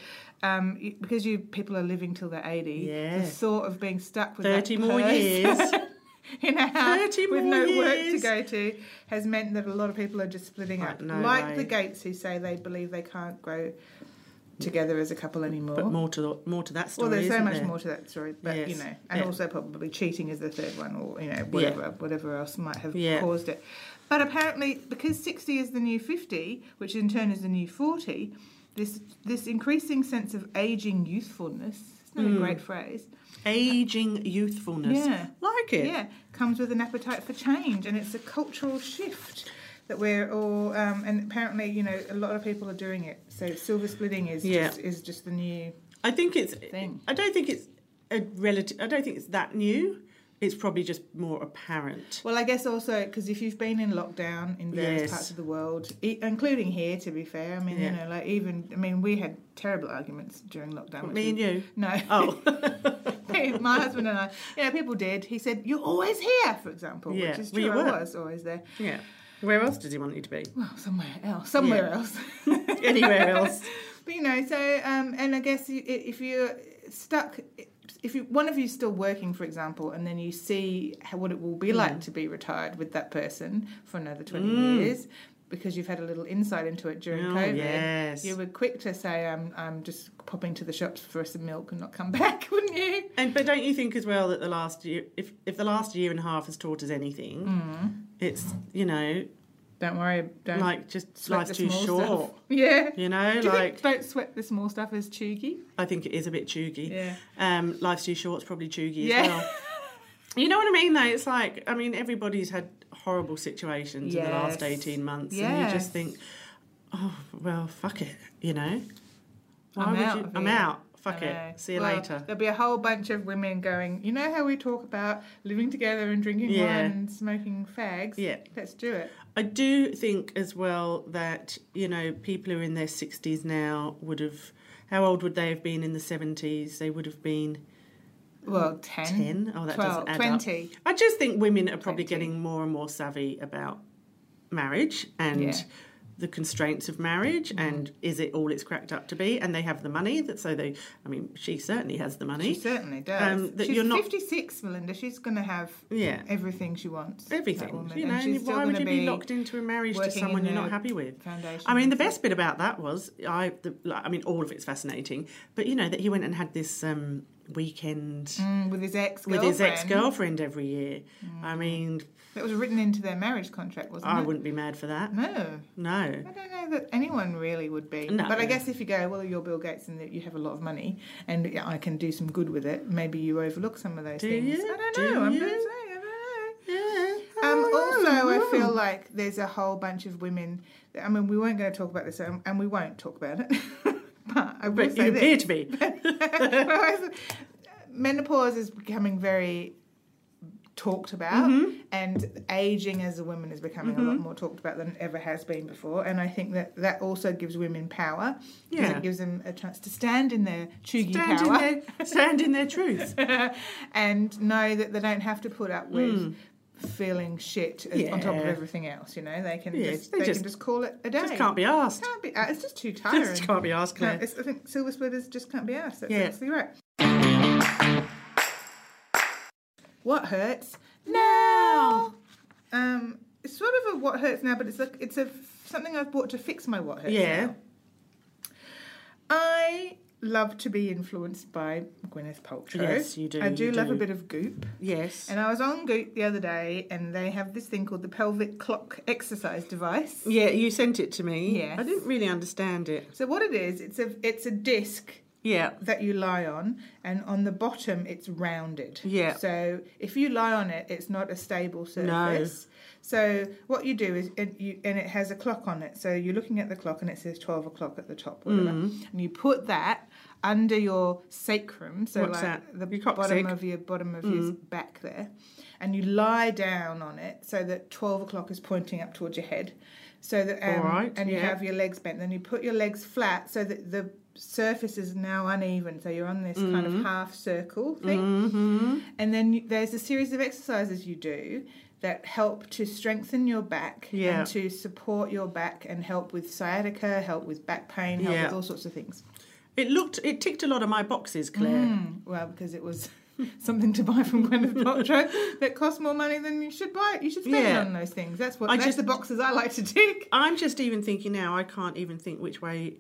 Speaker 1: um, you- because you people are living till they're 80
Speaker 2: Yeah.
Speaker 1: the thought of being stuck with that
Speaker 2: 30 more
Speaker 1: person
Speaker 2: years.
Speaker 1: in a house
Speaker 2: 30
Speaker 1: with
Speaker 2: more
Speaker 1: no
Speaker 2: years.
Speaker 1: work to go to has meant that a lot of people are just splitting
Speaker 2: Like,
Speaker 1: up
Speaker 2: no
Speaker 1: like
Speaker 2: way.
Speaker 1: the gates who say they believe they can't grow together as a couple anymore
Speaker 2: But more to the, more to that story.
Speaker 1: well, there's so
Speaker 2: isn't
Speaker 1: much
Speaker 2: there?
Speaker 1: more to that story, but you
Speaker 2: Yes.
Speaker 1: know, and
Speaker 2: Yeah.
Speaker 1: also probably cheating is the third one, or you know, whatever, whatever else might have
Speaker 2: Yeah.
Speaker 1: caused it. But apparently, because 60 is the new 50, which in turn is the new 40, this this increasing sense of aging youthfulness. Isn't that a
Speaker 2: Mm.
Speaker 1: great phrase?
Speaker 2: Aging youthfulness.
Speaker 1: Yeah.
Speaker 2: Like
Speaker 1: Yeah.
Speaker 2: it.
Speaker 1: comes with an appetite for change, and it's a cultural shift that we're all. Um, and apparently, you know, a lot of people are doing it. So silver splitting is
Speaker 2: Yeah.
Speaker 1: just, is just the new
Speaker 2: I think it's.
Speaker 1: thing.
Speaker 2: I don't think it's a relative. I don't think it's that new. It's probably just more apparent.
Speaker 1: Well, I guess also because if you've been in lockdown in various
Speaker 2: Yes.
Speaker 1: parts of the world, e- including here, to be fair, I mean, you
Speaker 2: Yeah.
Speaker 1: know, like even I mean, we had terrible arguments during lockdown. which
Speaker 2: Me and
Speaker 1: we-
Speaker 2: you.
Speaker 1: No,
Speaker 2: Oh,
Speaker 1: my husband and I. Yeah, people did. He said, "You're always here," for example,
Speaker 2: Yeah,
Speaker 1: which is
Speaker 2: well,
Speaker 1: true.
Speaker 2: you
Speaker 1: I
Speaker 2: were.
Speaker 1: was always there.
Speaker 2: yeah. Where else does he want you to be?
Speaker 1: Well, somewhere else, somewhere
Speaker 2: Yeah.
Speaker 1: else.
Speaker 2: Anywhere else?
Speaker 1: But you know, so um, and I guess you, i- if you're stuck, if you one of you's still working, for example, and then you see how, what it will
Speaker 2: Hmm.
Speaker 1: be like to be retired with that person for another twenty
Speaker 2: Mm.
Speaker 1: years, because you've had a little insight into it during
Speaker 2: oh,
Speaker 1: COVID.
Speaker 2: yes.
Speaker 1: You were quick to say, "I'm, I'm just popping to the shops for some milk and not come back," wouldn't you?
Speaker 2: And but don't you think as well that the last year, if if the last year and a half has taught us anything,
Speaker 1: Mm.
Speaker 2: it's you know
Speaker 1: Don't worry, don't
Speaker 2: like just
Speaker 1: sweat
Speaker 2: life's
Speaker 1: the
Speaker 2: too
Speaker 1: small
Speaker 2: short.
Speaker 1: stuff. Yeah.
Speaker 2: You know,
Speaker 1: Do you
Speaker 2: like
Speaker 1: think don't sweat the small stuff as cheeky?
Speaker 2: I think it is a bit choogy.
Speaker 1: Yeah.
Speaker 2: Um, life's too short's probably choogy
Speaker 1: Yeah.
Speaker 2: as well. You know what I mean? Though it's like I mean everybody's had horrible situations in the last
Speaker 1: Yes.
Speaker 2: eighteen months, and you just
Speaker 1: Yes.
Speaker 2: think, oh well, fuck it. You know, why
Speaker 1: I'm
Speaker 2: would
Speaker 1: out
Speaker 2: you?
Speaker 1: of
Speaker 2: I'm
Speaker 1: here.
Speaker 2: out. Fuck
Speaker 1: I know.
Speaker 2: it. See you
Speaker 1: Well,
Speaker 2: later.
Speaker 1: There'll be a whole bunch of women going, you know how we talk about living together and drinking
Speaker 2: Yeah.
Speaker 1: wine and smoking fags?
Speaker 2: Yeah.
Speaker 1: Let's do it.
Speaker 2: I do think as well that you know people who are in their sixties now would have. How old would they have been in the seventies? They would have been
Speaker 1: Well, 10,
Speaker 2: ten. Oh, that
Speaker 1: 12,
Speaker 2: doesn't add up.
Speaker 1: 20.
Speaker 2: I just think women are probably
Speaker 1: 20.
Speaker 2: getting more and more savvy about marriage and
Speaker 1: Yeah. Mm-hmm.
Speaker 2: the constraints of marriage and is it all it's cracked up to be? And they have the money that so they. I mean, she certainly has the
Speaker 1: She
Speaker 2: money.
Speaker 1: certainly does.
Speaker 2: Um, that
Speaker 1: She's
Speaker 2: you're not-
Speaker 1: 56, Melinda. She's going to have
Speaker 2: Yeah.
Speaker 1: everything she wants. that
Speaker 2: Everything,
Speaker 1: woman.
Speaker 2: you know.
Speaker 1: and she's
Speaker 2: and
Speaker 1: still
Speaker 2: Why
Speaker 1: going
Speaker 2: would
Speaker 1: to
Speaker 2: you be locked into a marriage to
Speaker 1: working in
Speaker 2: someone you're not
Speaker 1: the- Mm-hmm.
Speaker 2: happy with?
Speaker 1: foundation.
Speaker 2: I mean, the best bit about that was I. The, like, I mean, all of it's fascinating, but you know that he went and had this um, weekend
Speaker 1: Mm, with his ex
Speaker 2: with his ex-girlfriend every year. I mean,
Speaker 1: That was written into their marriage contract, wasn't
Speaker 2: I
Speaker 1: it?
Speaker 2: wouldn't be mad for that.
Speaker 1: No.
Speaker 2: No.
Speaker 1: I don't know that anyone really would be.
Speaker 2: No.
Speaker 1: But I guess if you go, well, you're Bill Gates and that you have a lot of money and yeah, I can do some good with it, maybe you overlook some of those
Speaker 2: Do
Speaker 1: things.
Speaker 2: you?
Speaker 1: I don't
Speaker 2: Do
Speaker 1: know. I'm
Speaker 2: you? Oh,
Speaker 1: just saying, I don't know.
Speaker 2: Yeah.
Speaker 1: Um, also, I feel like there's a whole bunch of women. I mean, we weren't going to talk about this, um, and we won't talk about it. but I will
Speaker 2: But
Speaker 1: say
Speaker 2: you
Speaker 1: this:
Speaker 2: appear to be.
Speaker 1: menopause is becoming very talked about
Speaker 2: Mm-hmm.
Speaker 1: and aging as a woman is becoming a lot more talked about than it ever has been before and i think that that also gives women power because
Speaker 2: Yeah.
Speaker 1: it gives them a chance to stand in their chuggy
Speaker 2: Stand in,
Speaker 1: power
Speaker 2: their, stand in their truth.
Speaker 1: and know that they don't have to put up with feeling shit as- on top of
Speaker 2: Yeah.
Speaker 1: everything else you know they can
Speaker 2: Yeah,
Speaker 1: just
Speaker 2: they
Speaker 1: they,
Speaker 2: just-
Speaker 1: can just call it a day
Speaker 2: Just can't be asked.
Speaker 1: Can't be- uh, it's just too tiring
Speaker 2: Just can't be asked,
Speaker 1: no,
Speaker 2: Claire.
Speaker 1: it's, I think silver splitters just can't be asked. That's
Speaker 2: Yeah.
Speaker 1: absolutely right. What hurts now? Um, it's sort of a what hurts now, but it's like it's a something I've bought to fix my what hurts.
Speaker 2: Yeah.
Speaker 1: now. I love to be influenced by Gwyneth Paltrow.
Speaker 2: Yes, you do,
Speaker 1: I do
Speaker 2: you
Speaker 1: love
Speaker 2: do.
Speaker 1: a bit of goop.
Speaker 2: Yes.
Speaker 1: And I was on Goop the other day, and they have this thing called the pelvic clock exercise device.
Speaker 2: yeah, you sent it to me.
Speaker 1: Yes.
Speaker 2: I didn't really understand it.
Speaker 1: So what it is, it's a it's a disc
Speaker 2: Yeah.
Speaker 1: that you lie on, and on the bottom it's rounded.
Speaker 2: Yeah.
Speaker 1: So if you lie on it, it's not a stable surface. So what you do is, it, you, and it has a clock on it. So you're looking at the clock, and it says twelve o'clock at the top, whatever.
Speaker 2: Mm.
Speaker 1: And you put that under your sacrum, so
Speaker 2: What's
Speaker 1: like
Speaker 2: that?
Speaker 1: the
Speaker 2: Your coccyx?
Speaker 1: bottom of your bottom of your
Speaker 2: Mm.
Speaker 1: back there, and you lie down on it so that twelve o'clock is pointing up towards your head. So that um,
Speaker 2: All right,
Speaker 1: and you
Speaker 2: yeah.
Speaker 1: have your legs bent. Then you put your legs flat so that the surface is now uneven. So you're on this kind
Speaker 2: Mm-hmm.
Speaker 1: of half circle thing. And then you, there's a series of exercises you do that help to strengthen your back
Speaker 2: Yeah.
Speaker 1: and to support your back and help with sciatica, help with back pain, help
Speaker 2: Yeah.
Speaker 1: with all sorts of things.
Speaker 2: It looked, it ticked a lot of my boxes, Claire.
Speaker 1: Mm, well, because it was something to buy from Gwyneth Paltrow that cost more money than you should buy it. You should spend
Speaker 2: Yeah.
Speaker 1: on those things. That's what
Speaker 2: I
Speaker 1: that's
Speaker 2: just-
Speaker 1: the boxes I like to tick.
Speaker 2: I'm just even thinking now, I can't even think which way,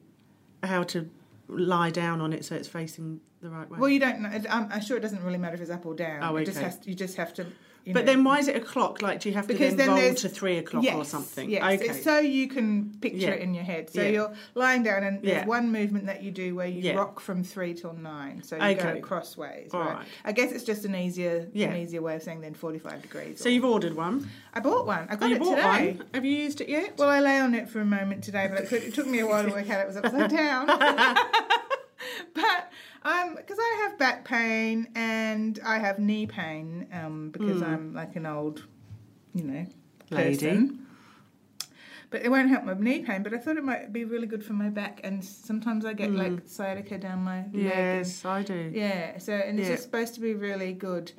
Speaker 2: how to lie down on it so it's facing the right way.
Speaker 1: Well, you don't know. it- I'm, I'm sure it doesn't really matter if it's up or down.
Speaker 2: Oh,
Speaker 1: It just
Speaker 2: okay.
Speaker 1: has to, you just have to. You
Speaker 2: but
Speaker 1: know,
Speaker 2: then why is it a clock? Like, do you have to
Speaker 1: Because then
Speaker 2: then, roll
Speaker 1: there's-
Speaker 2: to three o'clock or
Speaker 1: Yes,
Speaker 2: something?
Speaker 1: Yes,
Speaker 2: Okay.
Speaker 1: it's so you can picture
Speaker 2: Yeah.
Speaker 1: it in your head. So
Speaker 2: Yeah.
Speaker 1: you're lying down, and there's
Speaker 2: Yeah.
Speaker 1: one movement that you do where you
Speaker 2: Yeah.
Speaker 1: rock from three till nine. So you
Speaker 2: Okay.
Speaker 1: go crossways.
Speaker 2: All
Speaker 1: right?
Speaker 2: right.
Speaker 1: I guess it's just an easier,
Speaker 2: Yeah.
Speaker 1: an easier way of saying than forty-five degrees.
Speaker 2: So
Speaker 1: or-
Speaker 2: you've ordered one.
Speaker 1: I bought one. I got
Speaker 2: you
Speaker 1: it
Speaker 2: bought
Speaker 1: today.
Speaker 2: one. Have you used it yet?
Speaker 1: Well, I lay on it for a moment today, but it, could, it took me a while to work out it was upside down. but um, because I have back pain and I have knee pain, um, because I'm like an old, you know,
Speaker 2: Hmm. Lady.
Speaker 1: person. But it won't help my knee pain. But I thought it might be really good for my back. And sometimes I get like sciatica down my leg. and-
Speaker 2: Hmm. yes, I do.
Speaker 1: yeah. So and it's
Speaker 2: Yeah.
Speaker 1: just supposed to be really good.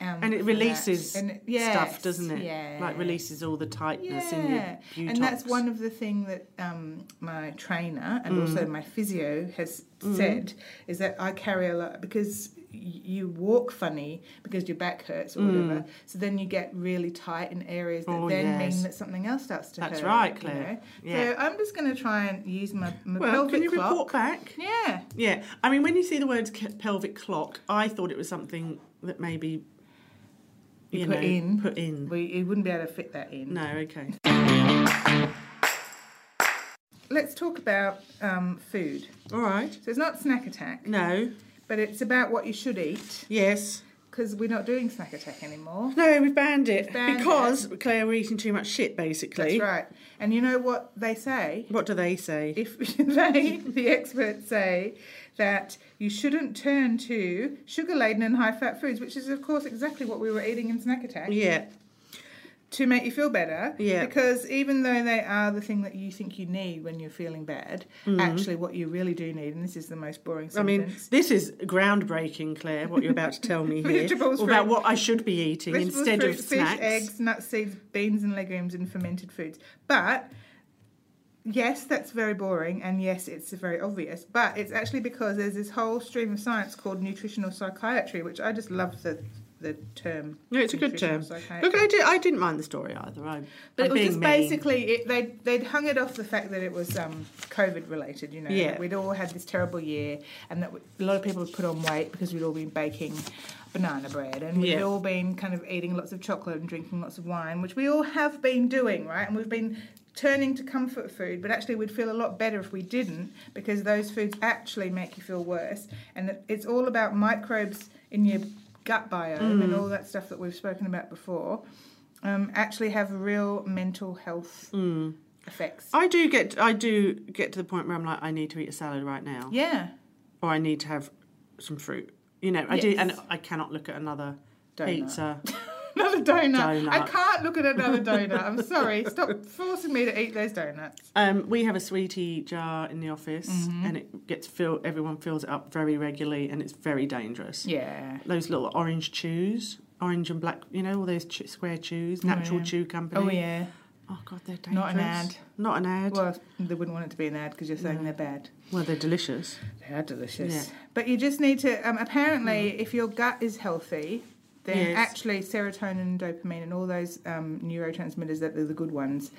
Speaker 1: Um,
Speaker 2: And it
Speaker 1: for that.
Speaker 2: releases
Speaker 1: it- yes,
Speaker 2: Stuff doesn't it?
Speaker 1: Yeah.
Speaker 2: Like releases all the tightness in
Speaker 1: Yeah.
Speaker 2: your buttocks.
Speaker 1: And that's one of the thing that um, my trainer
Speaker 2: Mm.
Speaker 1: and also my physio has said is that I carry a lot because y- you walk funny because your back hurts or whatever. So then you get really tight in areas that
Speaker 2: Mm. Oh,
Speaker 1: then
Speaker 2: yes.
Speaker 1: mean that something else starts to
Speaker 2: That's
Speaker 1: hurt.
Speaker 2: right,
Speaker 1: you
Speaker 2: Claire.
Speaker 1: know?
Speaker 2: Yeah.
Speaker 1: So I'm just going to try and use my, my
Speaker 2: Well,
Speaker 1: pelvic
Speaker 2: can you
Speaker 1: clock.
Speaker 2: report back?
Speaker 1: Yeah.
Speaker 2: Yeah, I mean, when you see the words c- pelvic clock, I thought it was something that maybe
Speaker 1: You put in.
Speaker 2: Put in.
Speaker 1: We, you wouldn't be able to fit that in.
Speaker 2: No, okay.
Speaker 1: Let's talk about um, food.
Speaker 2: All right.
Speaker 1: So it's not snack attack,
Speaker 2: No.
Speaker 1: but it's about what you should eat.
Speaker 2: Yes.
Speaker 1: because we're not doing snack attack anymore.
Speaker 2: No, we banned it
Speaker 1: Banned
Speaker 2: because Claire we're eating too much shit. Basically,
Speaker 1: That's right. And you know what they say?
Speaker 2: What do they say?
Speaker 1: If they, the experts say that you shouldn't turn to sugar laden and high fat foods, which is, of course, exactly what we were eating in snack attack,
Speaker 2: Yeah.
Speaker 1: to make you feel better.
Speaker 2: Yeah.
Speaker 1: Because even though they are the thing that you think you need when you're feeling bad, actually, what you really do need, and this is the most boring
Speaker 2: Mm-hmm. I mean,
Speaker 1: sentence.
Speaker 2: this is groundbreaking, Claire. What you're about to tell me here
Speaker 1: Vegetables,
Speaker 2: about
Speaker 1: fruit-
Speaker 2: what I should be eating
Speaker 1: Vegetables,
Speaker 2: instead
Speaker 1: fruit,
Speaker 2: of
Speaker 1: fish,
Speaker 2: snacks.
Speaker 1: eggs, nuts, seeds, beans, and legumes, and fermented foods. But yes, that's very boring, and yes, it's very obvious. But it's actually because there's this whole stream of science called nutritional psychiatry, which I just love the the term.
Speaker 2: No, it's a good
Speaker 1: nutritional
Speaker 2: term.
Speaker 1: psychiatry.
Speaker 2: Look, I, did, I didn't mind the story either. I,
Speaker 1: But
Speaker 2: I'm
Speaker 1: it was
Speaker 2: being
Speaker 1: just
Speaker 2: mean.
Speaker 1: basically it, they'd they'd hung it off the fact that it was um, COVID related. You know,
Speaker 2: Yeah.
Speaker 1: that we'd all had this terrible year, and that we, a lot of people had put on weight because we'd all been baking banana bread, and we'd
Speaker 2: Yeah.
Speaker 1: all been kind of eating lots of chocolate and drinking lots of wine, which we all have been doing, right? And we've been turning to comfort food, but actually we'd feel a lot better if we didn't because those foods actually make you feel worse, and it- it's all about microbes in your gut biome and
Speaker 2: Mm.
Speaker 1: all that stuff that we've spoken about before um, actually have real mental health effects.
Speaker 2: I do get I do get to the point where I'm like I need to eat a salad right now
Speaker 1: Yeah,
Speaker 2: or I need to have some fruit. You know, I do
Speaker 1: Yes.
Speaker 2: and I cannot look at another
Speaker 1: Donut.
Speaker 2: pizza.
Speaker 1: another donut.
Speaker 2: Donut.
Speaker 1: I can't look at another donut. I'm sorry. Stop forcing me to eat those donuts.
Speaker 2: Um, we have a sweetie jar in the office
Speaker 1: Mm-hmm.
Speaker 2: and it gets filled everyone fills it up very regularly and it's very dangerous.
Speaker 1: Yeah.
Speaker 2: Those little orange chews, orange and black, you know, all those ch- square chews, natural
Speaker 1: yeah.
Speaker 2: chew company.
Speaker 1: Oh yeah.
Speaker 2: Oh god, they're dangerous.
Speaker 1: Not an ad.
Speaker 2: Not an ad. Well,
Speaker 1: Well, they wouldn't want it to be an ad because you're saying they're bad.
Speaker 2: they're delicious.
Speaker 1: They are delicious.
Speaker 2: Yeah.
Speaker 1: But you just need to. Um, apparently, if your gut is healthy, then
Speaker 2: Yes.
Speaker 1: actually serotonin, dopamine, and all those um, neurotransmitters that are the good ones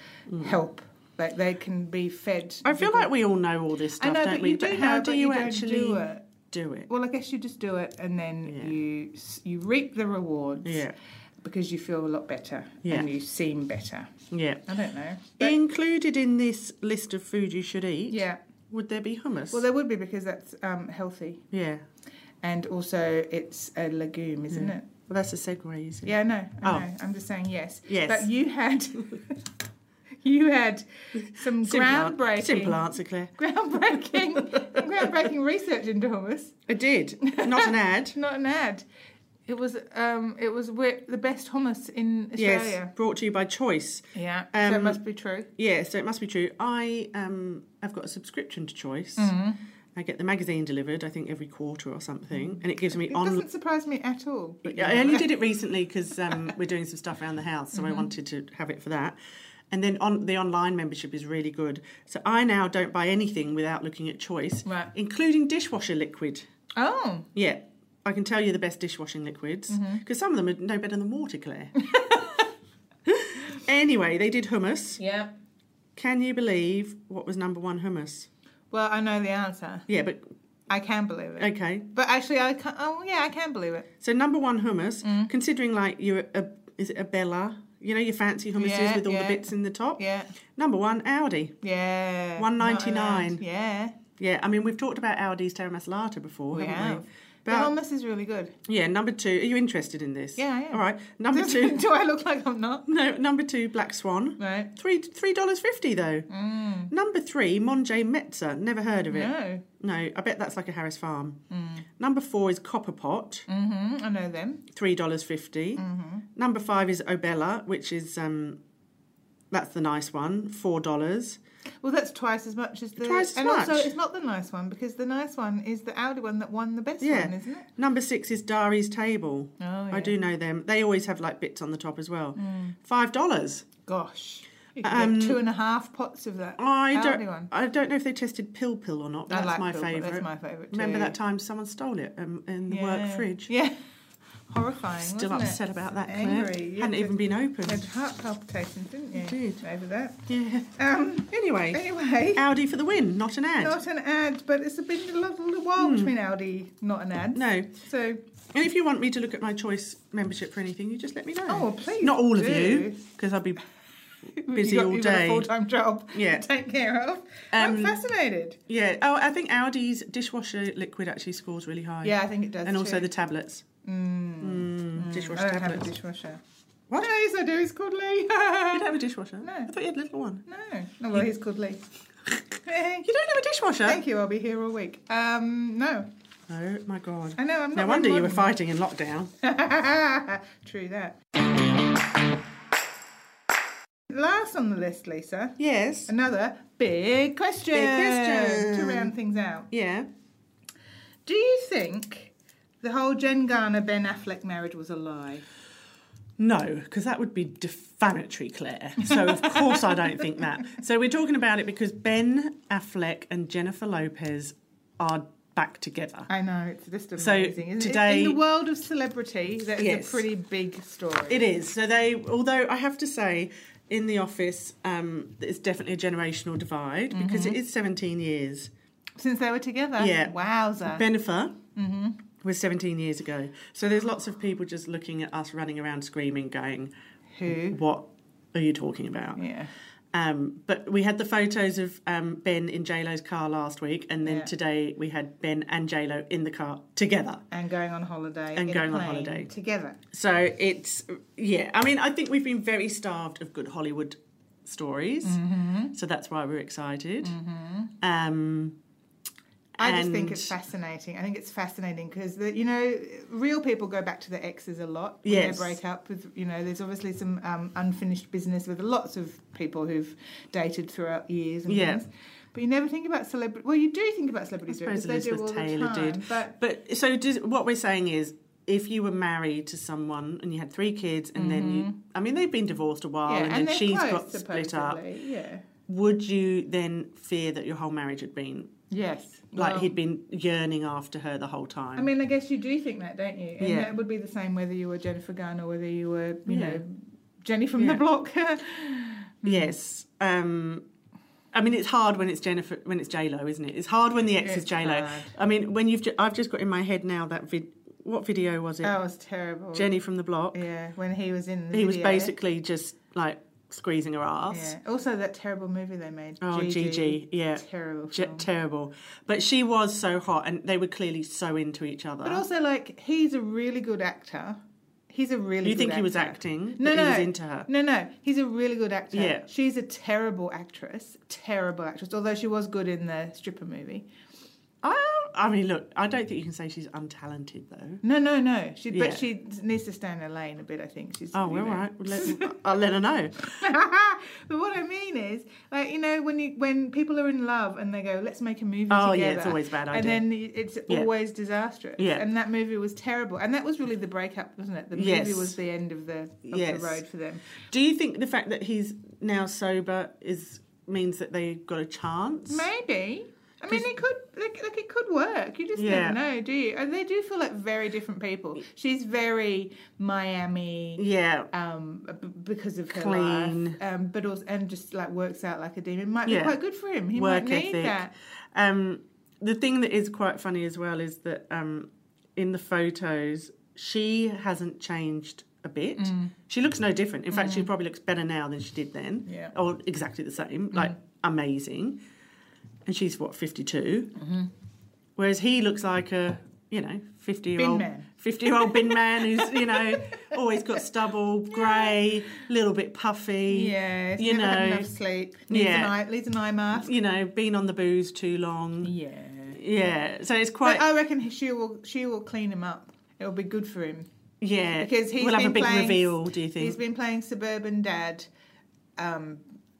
Speaker 1: help Like they can be fed.
Speaker 2: I feel like we all know all this stuff,
Speaker 1: I know,
Speaker 2: don't
Speaker 1: but
Speaker 2: we?
Speaker 1: you do
Speaker 2: but how
Speaker 1: know,
Speaker 2: do
Speaker 1: but
Speaker 2: you,
Speaker 1: you don't
Speaker 2: actually
Speaker 1: do it.
Speaker 2: do it?
Speaker 1: Well, I guess you just do it, and then
Speaker 2: Yeah.
Speaker 1: you s- you reap the rewards.
Speaker 2: Yeah,
Speaker 1: Because you feel a lot better
Speaker 2: Yeah.
Speaker 1: and you seem better.
Speaker 2: yeah.
Speaker 1: I don't know. But,
Speaker 2: Included in this list of food you should eat,
Speaker 1: yeah.
Speaker 2: would there be hummus?
Speaker 1: Well, there would be because that's um, healthy,
Speaker 2: yeah.
Speaker 1: and also it's a legume, isn't it?
Speaker 2: Well, that's a segue, isn't it?
Speaker 1: Yeah, I know. I
Speaker 2: Mm. Oh.
Speaker 1: know. I'm just saying yes.
Speaker 2: Yes.
Speaker 1: But you had you had some
Speaker 2: Simple an-
Speaker 1: groundbreaking
Speaker 2: Simple answer, Claire.
Speaker 1: groundbreaking groundbreaking research into hummus.
Speaker 2: I did. Not an ad.
Speaker 1: Not an ad. It was um it was wi- the best hummus in
Speaker 2: yes.
Speaker 1: Australia.
Speaker 2: Brought to you by choice.
Speaker 1: Yeah. so it
Speaker 2: Um,
Speaker 1: must be true.
Speaker 2: Yeah, so it must be true. I um I've got a subscription to Choice.
Speaker 1: Mm-hmm.
Speaker 2: I get the magazine delivered, I think every quarter or something, and it gives me
Speaker 1: It
Speaker 2: on.
Speaker 1: doesn't surprise me at all. but
Speaker 2: I
Speaker 1: yeah.
Speaker 2: only did it recently because um, we're doing some stuff around the house, so I
Speaker 1: Mm-hmm.
Speaker 2: wanted to have it for that. And then on the online membership is really good. So I now don't buy anything without looking at Choice,
Speaker 1: Right.
Speaker 2: including dishwasher liquid.
Speaker 1: Oh.
Speaker 2: Yeah, I can tell you the best dishwashing liquids
Speaker 1: Mm-hmm.
Speaker 2: because some of them are no better than water, Claire. anyway, they did hummus.
Speaker 1: Yeah.
Speaker 2: Can you believe what was number one hummus?
Speaker 1: Well, I know the answer.
Speaker 2: Yeah, but
Speaker 1: I can believe it.
Speaker 2: okay.
Speaker 1: But actually, I can Oh, yeah, I can believe it.
Speaker 2: So number one hummus,
Speaker 1: Mm.
Speaker 2: considering like you're a is it a Bella? You know your fancy hummuses
Speaker 1: Yeah,
Speaker 2: with all
Speaker 1: yeah.
Speaker 2: the bits in the top.
Speaker 1: Yeah,
Speaker 2: Number one, Audi.
Speaker 1: yeah.
Speaker 2: One
Speaker 1: Not
Speaker 2: ninety-nine.
Speaker 1: allowed. Yeah,
Speaker 2: Yeah, I mean we've talked about Audi's Teramasalata before,
Speaker 1: we
Speaker 2: haven't
Speaker 1: have.
Speaker 2: we?
Speaker 1: The
Speaker 2: But
Speaker 1: hummus is really good.
Speaker 2: yeah, number two. Are you interested in this?
Speaker 1: Yeah, I am.
Speaker 2: All right. Number two.
Speaker 1: Do I look like I'm not?
Speaker 2: No, number two, Black Swan.
Speaker 1: Right.
Speaker 2: Three three dollars fifty though. Number three, Monje Metza. Never heard of it.
Speaker 1: Mm. No. Mm.
Speaker 2: No, I bet that's like a Harris Farm. Number four is Copper Pot.
Speaker 1: Mm-hmm. I know them.
Speaker 2: three dollars 50
Speaker 1: Mm-hmm.
Speaker 2: Number five is Obella, which is um, that's the nice one, four dollars.
Speaker 1: Well, that's twice as much as the.
Speaker 2: Twice as
Speaker 1: and also,
Speaker 2: much.
Speaker 1: it's not the nice one because the nice one is the Audi one that won the best
Speaker 2: Yeah.
Speaker 1: one, isn't it?
Speaker 2: Number six is Dari's Table.
Speaker 1: Oh, yeah. Mm.
Speaker 2: I do know them. They always have like bits on the top as well. Five dollars.
Speaker 1: Gosh, you could get
Speaker 2: Um,
Speaker 1: two and a half pots of that
Speaker 2: I
Speaker 1: Audi
Speaker 2: don't.
Speaker 1: one.
Speaker 2: I don't know if they tested Pill Pill or not.
Speaker 1: I
Speaker 2: But that's
Speaker 1: like
Speaker 2: my
Speaker 1: Bill, but
Speaker 2: favourite.
Speaker 1: That's my favourite. Too.
Speaker 2: Remember that time someone stole it um, in the work
Speaker 1: Yeah.
Speaker 2: fridge?
Speaker 1: Yeah. Horrifying.
Speaker 2: Still
Speaker 1: wasn't it?
Speaker 2: upset about that. Claire.
Speaker 1: Angry. You
Speaker 2: Hadn't
Speaker 1: just-
Speaker 2: even been
Speaker 1: You had
Speaker 2: opened.
Speaker 1: heart palpitations, didn't you?
Speaker 2: I did.
Speaker 1: Over that.
Speaker 2: Yeah.
Speaker 1: Um,
Speaker 2: Anyway,
Speaker 1: anyway,
Speaker 2: Audi for the win, not an ad.
Speaker 1: not an ad, but it's been a lot- little while between Audi, not an ad.
Speaker 2: Hmm. no.
Speaker 1: So,
Speaker 2: And if you want me to look at my choice membership for anything, you just let me know.
Speaker 1: oh, well, please.
Speaker 2: Not all of
Speaker 1: do.
Speaker 2: you, because I'd be
Speaker 1: You've
Speaker 2: busy
Speaker 1: got-
Speaker 2: all
Speaker 1: you've got a
Speaker 2: day.
Speaker 1: full-time job
Speaker 2: Yeah.
Speaker 1: to take care of. I'm
Speaker 2: Um,
Speaker 1: fascinated.
Speaker 2: yeah. Oh, I think Audi's dishwasher liquid actually scores really high.
Speaker 1: Yeah, I think it does.
Speaker 2: and also
Speaker 1: too.
Speaker 2: the tablets.
Speaker 1: Mm.
Speaker 2: Mm,
Speaker 1: I
Speaker 2: Dishwasher
Speaker 1: don't have a
Speaker 2: tablets.
Speaker 1: dishwasher.
Speaker 2: What?
Speaker 1: No, yes, I do. He's called Lee.
Speaker 2: You don't have a dishwasher?
Speaker 1: No.
Speaker 2: I thought you had a little one.
Speaker 1: no. Oh, well, he's called Lee. Hey.
Speaker 2: You don't have a dishwasher?
Speaker 1: Thank you. I'll be here all week. Um, no,
Speaker 2: Oh my god.
Speaker 1: I know. I'm not.
Speaker 2: No wonder you were fighting in lockdown.
Speaker 1: fine. True that. Last on the list, Lisa.
Speaker 2: Yes.
Speaker 1: Another big question.
Speaker 2: question.
Speaker 1: To round things out,
Speaker 2: Yeah.
Speaker 1: do you think the whole Jen Garner Ben Affleck marriage was a lie?
Speaker 2: No, because that would be defamatory, Claire. So, of course, I don't think that. So, we're talking about it because Ben Affleck and Jennifer Lopez are back together.
Speaker 1: I know it's just
Speaker 2: So,
Speaker 1: amazing. isn't it?
Speaker 2: today-
Speaker 1: in the world of celebrity, that is
Speaker 2: Yes.
Speaker 1: a pretty big story.
Speaker 2: It is. So, they, although I have to say, in the office, um, it's definitely a generational divide because
Speaker 1: Mm-hmm.
Speaker 2: it is 17 years.
Speaker 1: Since they were together,
Speaker 2: Yeah.
Speaker 1: Wowza.
Speaker 2: Bennifer
Speaker 1: Mm-hmm.
Speaker 2: was 17 years ago. So, there's lots of people just looking at us running around screaming, going,
Speaker 1: Who?
Speaker 2: What are you talking about?
Speaker 1: Yeah.
Speaker 2: Um, but we had the photos of um, Ben in JLo's car last week, and then
Speaker 1: Yeah.
Speaker 2: today we had Ben and JLo in the car together.
Speaker 1: And going on holiday. in
Speaker 2: And
Speaker 1: a
Speaker 2: going on
Speaker 1: plane
Speaker 2: holiday.
Speaker 1: together.
Speaker 2: So it's, yeah, I mean, I think we've been very starved of good Hollywood stories.
Speaker 1: Mm-hmm.
Speaker 2: So that's why we're excited. Um,
Speaker 1: I just think it's
Speaker 2: and-
Speaker 1: fascinating. I think it's fascinating because you know real people go back to their exes a lot when
Speaker 2: Yes.
Speaker 1: they break up. With you know, there's obviously some um, unfinished business with lots of people who've dated throughout years and
Speaker 2: Yeah.
Speaker 1: things. But you never think about celebrity. Well, you do think about celebrities,
Speaker 2: suppose
Speaker 1: because they do all
Speaker 2: Elizabeth
Speaker 1: the
Speaker 2: Taylor
Speaker 1: time.
Speaker 2: did.
Speaker 1: But
Speaker 2: But so does, what we're saying is, if you were married to someone and you had three kids, and then you, I mean, they've been divorced a while,
Speaker 1: Mm-hmm. yeah,
Speaker 2: and,
Speaker 1: and,
Speaker 2: then
Speaker 1: they're
Speaker 2: she's
Speaker 1: close,
Speaker 2: got
Speaker 1: supposedly.
Speaker 2: split up.
Speaker 1: Yeah.
Speaker 2: would you then fear that your whole marriage had been
Speaker 1: Yes.
Speaker 2: like
Speaker 1: Well,
Speaker 2: he'd been yearning after her the whole time?
Speaker 1: I mean, I guess you do think that, don't you? And
Speaker 2: Yeah.
Speaker 1: that would be the same whether you were Jennifer Garner, or whether you were, you
Speaker 2: Yeah.
Speaker 1: know, Jenny from
Speaker 2: Yeah.
Speaker 1: the block.
Speaker 2: yes. Um, I mean, it's hard when it's Jennifer, when it's J Lo, isn't it? It's hard when the ex is
Speaker 1: It's
Speaker 2: J Lo.
Speaker 1: hard.
Speaker 2: I mean, when you've, ju- I've just got in my head now that vid, what video was it?
Speaker 1: That was terrible.
Speaker 2: Jenny from the block.
Speaker 1: Oh, Yeah, when he was in the
Speaker 2: he was
Speaker 1: video.
Speaker 2: basically just like squeezing her ass.
Speaker 1: Yeah. Also, that terrible movie they made.
Speaker 2: Oh, Gigi, yeah.
Speaker 1: Terrible.
Speaker 2: J-
Speaker 1: film.
Speaker 2: terrible. But she was so hot, and they were clearly so into each other.
Speaker 1: But also, like, he's a really good actor. He's a really.
Speaker 2: you
Speaker 1: good
Speaker 2: think he was
Speaker 1: actor.
Speaker 2: acting?
Speaker 1: No,
Speaker 2: but
Speaker 1: no,
Speaker 2: He was into her.
Speaker 1: No, no, he's a really good actor.
Speaker 2: Yeah.
Speaker 1: She's a terrible actress. Terrible actress. Although she was good in the stripper movie. Oh.
Speaker 2: I, I mean, look, I don't think you can say she's untalented, though.
Speaker 1: No, no, no. She,
Speaker 2: Yeah.
Speaker 1: but she needs to stay in her lane a bit. I think she's.
Speaker 2: Oh,
Speaker 1: you
Speaker 2: well,
Speaker 1: know.
Speaker 2: all right. Let, I'll let her know.
Speaker 1: but what I mean is, like you know, when you when people are in love and they go, let's make a movie
Speaker 2: Oh,
Speaker 1: together.
Speaker 2: yeah, it's always a bad idea.
Speaker 1: And then y- it's
Speaker 2: Yeah.
Speaker 1: always disastrous.
Speaker 2: Yeah.
Speaker 1: And that movie was terrible. And that was really the breakup, wasn't it? The movie
Speaker 2: Yes.
Speaker 1: was the end of the of
Speaker 2: Yes.
Speaker 1: the road for them.
Speaker 2: Do you think the fact that he's now sober is means that they got a chance?
Speaker 1: Maybe. I mean,
Speaker 2: Just-
Speaker 1: it could like, like it could work. You just
Speaker 2: Yeah.
Speaker 1: never know, do you? And they do feel like very different people. She's very Miami,
Speaker 2: Yeah.
Speaker 1: um, b- because of her
Speaker 2: Clean.
Speaker 1: life, um, but also and just like works out like a demon. It might
Speaker 2: Yeah.
Speaker 1: be quite good for him. He
Speaker 2: Work
Speaker 1: might need
Speaker 2: ethic.
Speaker 1: that.
Speaker 2: Um, the thing that is quite funny as well is that um, in the photos, she hasn't changed a bit.
Speaker 1: Mm.
Speaker 2: She looks no different. In fact, she probably looks better now than she did then.
Speaker 1: Yeah. Mm-hmm.
Speaker 2: Or exactly the same. Like, amazing. And she's, what, 52?
Speaker 1: Mm-hmm.
Speaker 2: Whereas he looks like a, you know, 50 year old.
Speaker 1: Bin man.
Speaker 2: 50 year old bin man who's, you know, always got stubble, grey, little bit puffy.
Speaker 1: Yeah,
Speaker 2: you
Speaker 1: you never had
Speaker 2: know.
Speaker 1: enough sleep. Needs
Speaker 2: Yeah.
Speaker 1: an eye, needs an eye mask.
Speaker 2: You know, been on the booze too long.
Speaker 1: Yeah,
Speaker 2: Yeah. So it's quite.
Speaker 1: but uh, I reckon he- she will. She will clean him up. It will be good for him.
Speaker 2: Yeah,
Speaker 1: Because he's
Speaker 2: we'll have a
Speaker 1: been
Speaker 2: big
Speaker 1: playing-
Speaker 2: reveal. Do you
Speaker 1: He's
Speaker 2: think?
Speaker 1: been playing suburban dad. Um,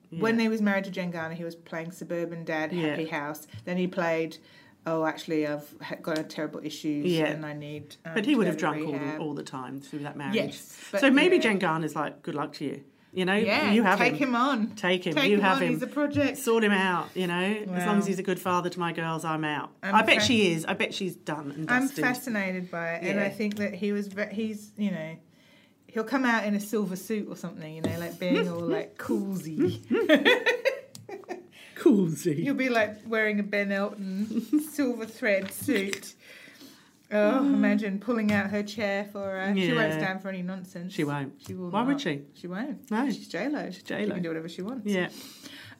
Speaker 2: Yeah.
Speaker 1: When he was married to Jane Garner, he was playing suburban dad,
Speaker 2: Yeah.
Speaker 1: happy house. Then he played. Oh, actually, I've ha- got a terrible issue,
Speaker 2: Yeah.
Speaker 1: and I need. Um,
Speaker 2: but he
Speaker 1: to
Speaker 2: would
Speaker 1: go
Speaker 2: have
Speaker 1: to
Speaker 2: drunk all the,
Speaker 1: rehab.
Speaker 2: all the time through that marriage.
Speaker 1: Yes, but
Speaker 2: so maybe
Speaker 1: yeah.
Speaker 2: Jane Garner's like, "Good luck to you. You know,
Speaker 1: Yeah,
Speaker 2: you have
Speaker 1: take
Speaker 2: him.
Speaker 1: him, on.
Speaker 2: Take him.
Speaker 1: Take
Speaker 2: you
Speaker 1: him
Speaker 2: have
Speaker 1: on.
Speaker 2: him.
Speaker 1: He's a project.
Speaker 2: Sort him out. You know, as
Speaker 1: Wow.
Speaker 2: long as he's a good father to my girls, I'm out.
Speaker 1: I'm
Speaker 2: I bet
Speaker 1: fa-
Speaker 2: she is. I bet she's done and
Speaker 1: I'm
Speaker 2: dusted.
Speaker 1: fascinated by it, and
Speaker 2: Yeah.
Speaker 1: I think that he was. ve- He's you know, he'll come out in a silver suit or something. You know, like
Speaker 2: Hmm.
Speaker 1: being all like coolsy.
Speaker 2: Coolsy.
Speaker 1: He'll be like wearing a Ben Elton silver thread suit. Oh, imagine pulling out her chair for her. She won't
Speaker 2: Mm. Yeah.
Speaker 1: stand for any nonsense.
Speaker 2: She won't.
Speaker 1: She will.
Speaker 2: Why
Speaker 1: not.
Speaker 2: would she?
Speaker 1: She won't.
Speaker 2: No.
Speaker 1: She's J Lo. She's
Speaker 2: J-Lo.
Speaker 1: She can do whatever she wants.
Speaker 2: Yeah.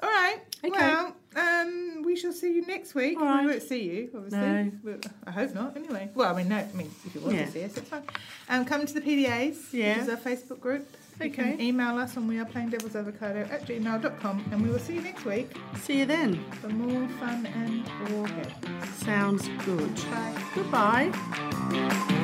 Speaker 1: All right.
Speaker 2: Okay.
Speaker 1: Well, um, we shall see you next week.
Speaker 2: All right.
Speaker 1: We won't see you, obviously.
Speaker 2: No.
Speaker 1: Well, I hope not. Anyway. Well, I mean, no. I mean, if you want
Speaker 2: Yeah.
Speaker 1: to see us, it's fine. Um, come to the PDAs.
Speaker 2: Yeah.
Speaker 1: Which is our Facebook group. You can
Speaker 2: Okay.
Speaker 1: email us and we are playing devil's avocado at gmail.com and we will see you next week
Speaker 2: See you then.
Speaker 1: for more fun and warhead.
Speaker 2: Sounds good.
Speaker 1: Bye.
Speaker 2: Goodbye.
Speaker 1: Bye.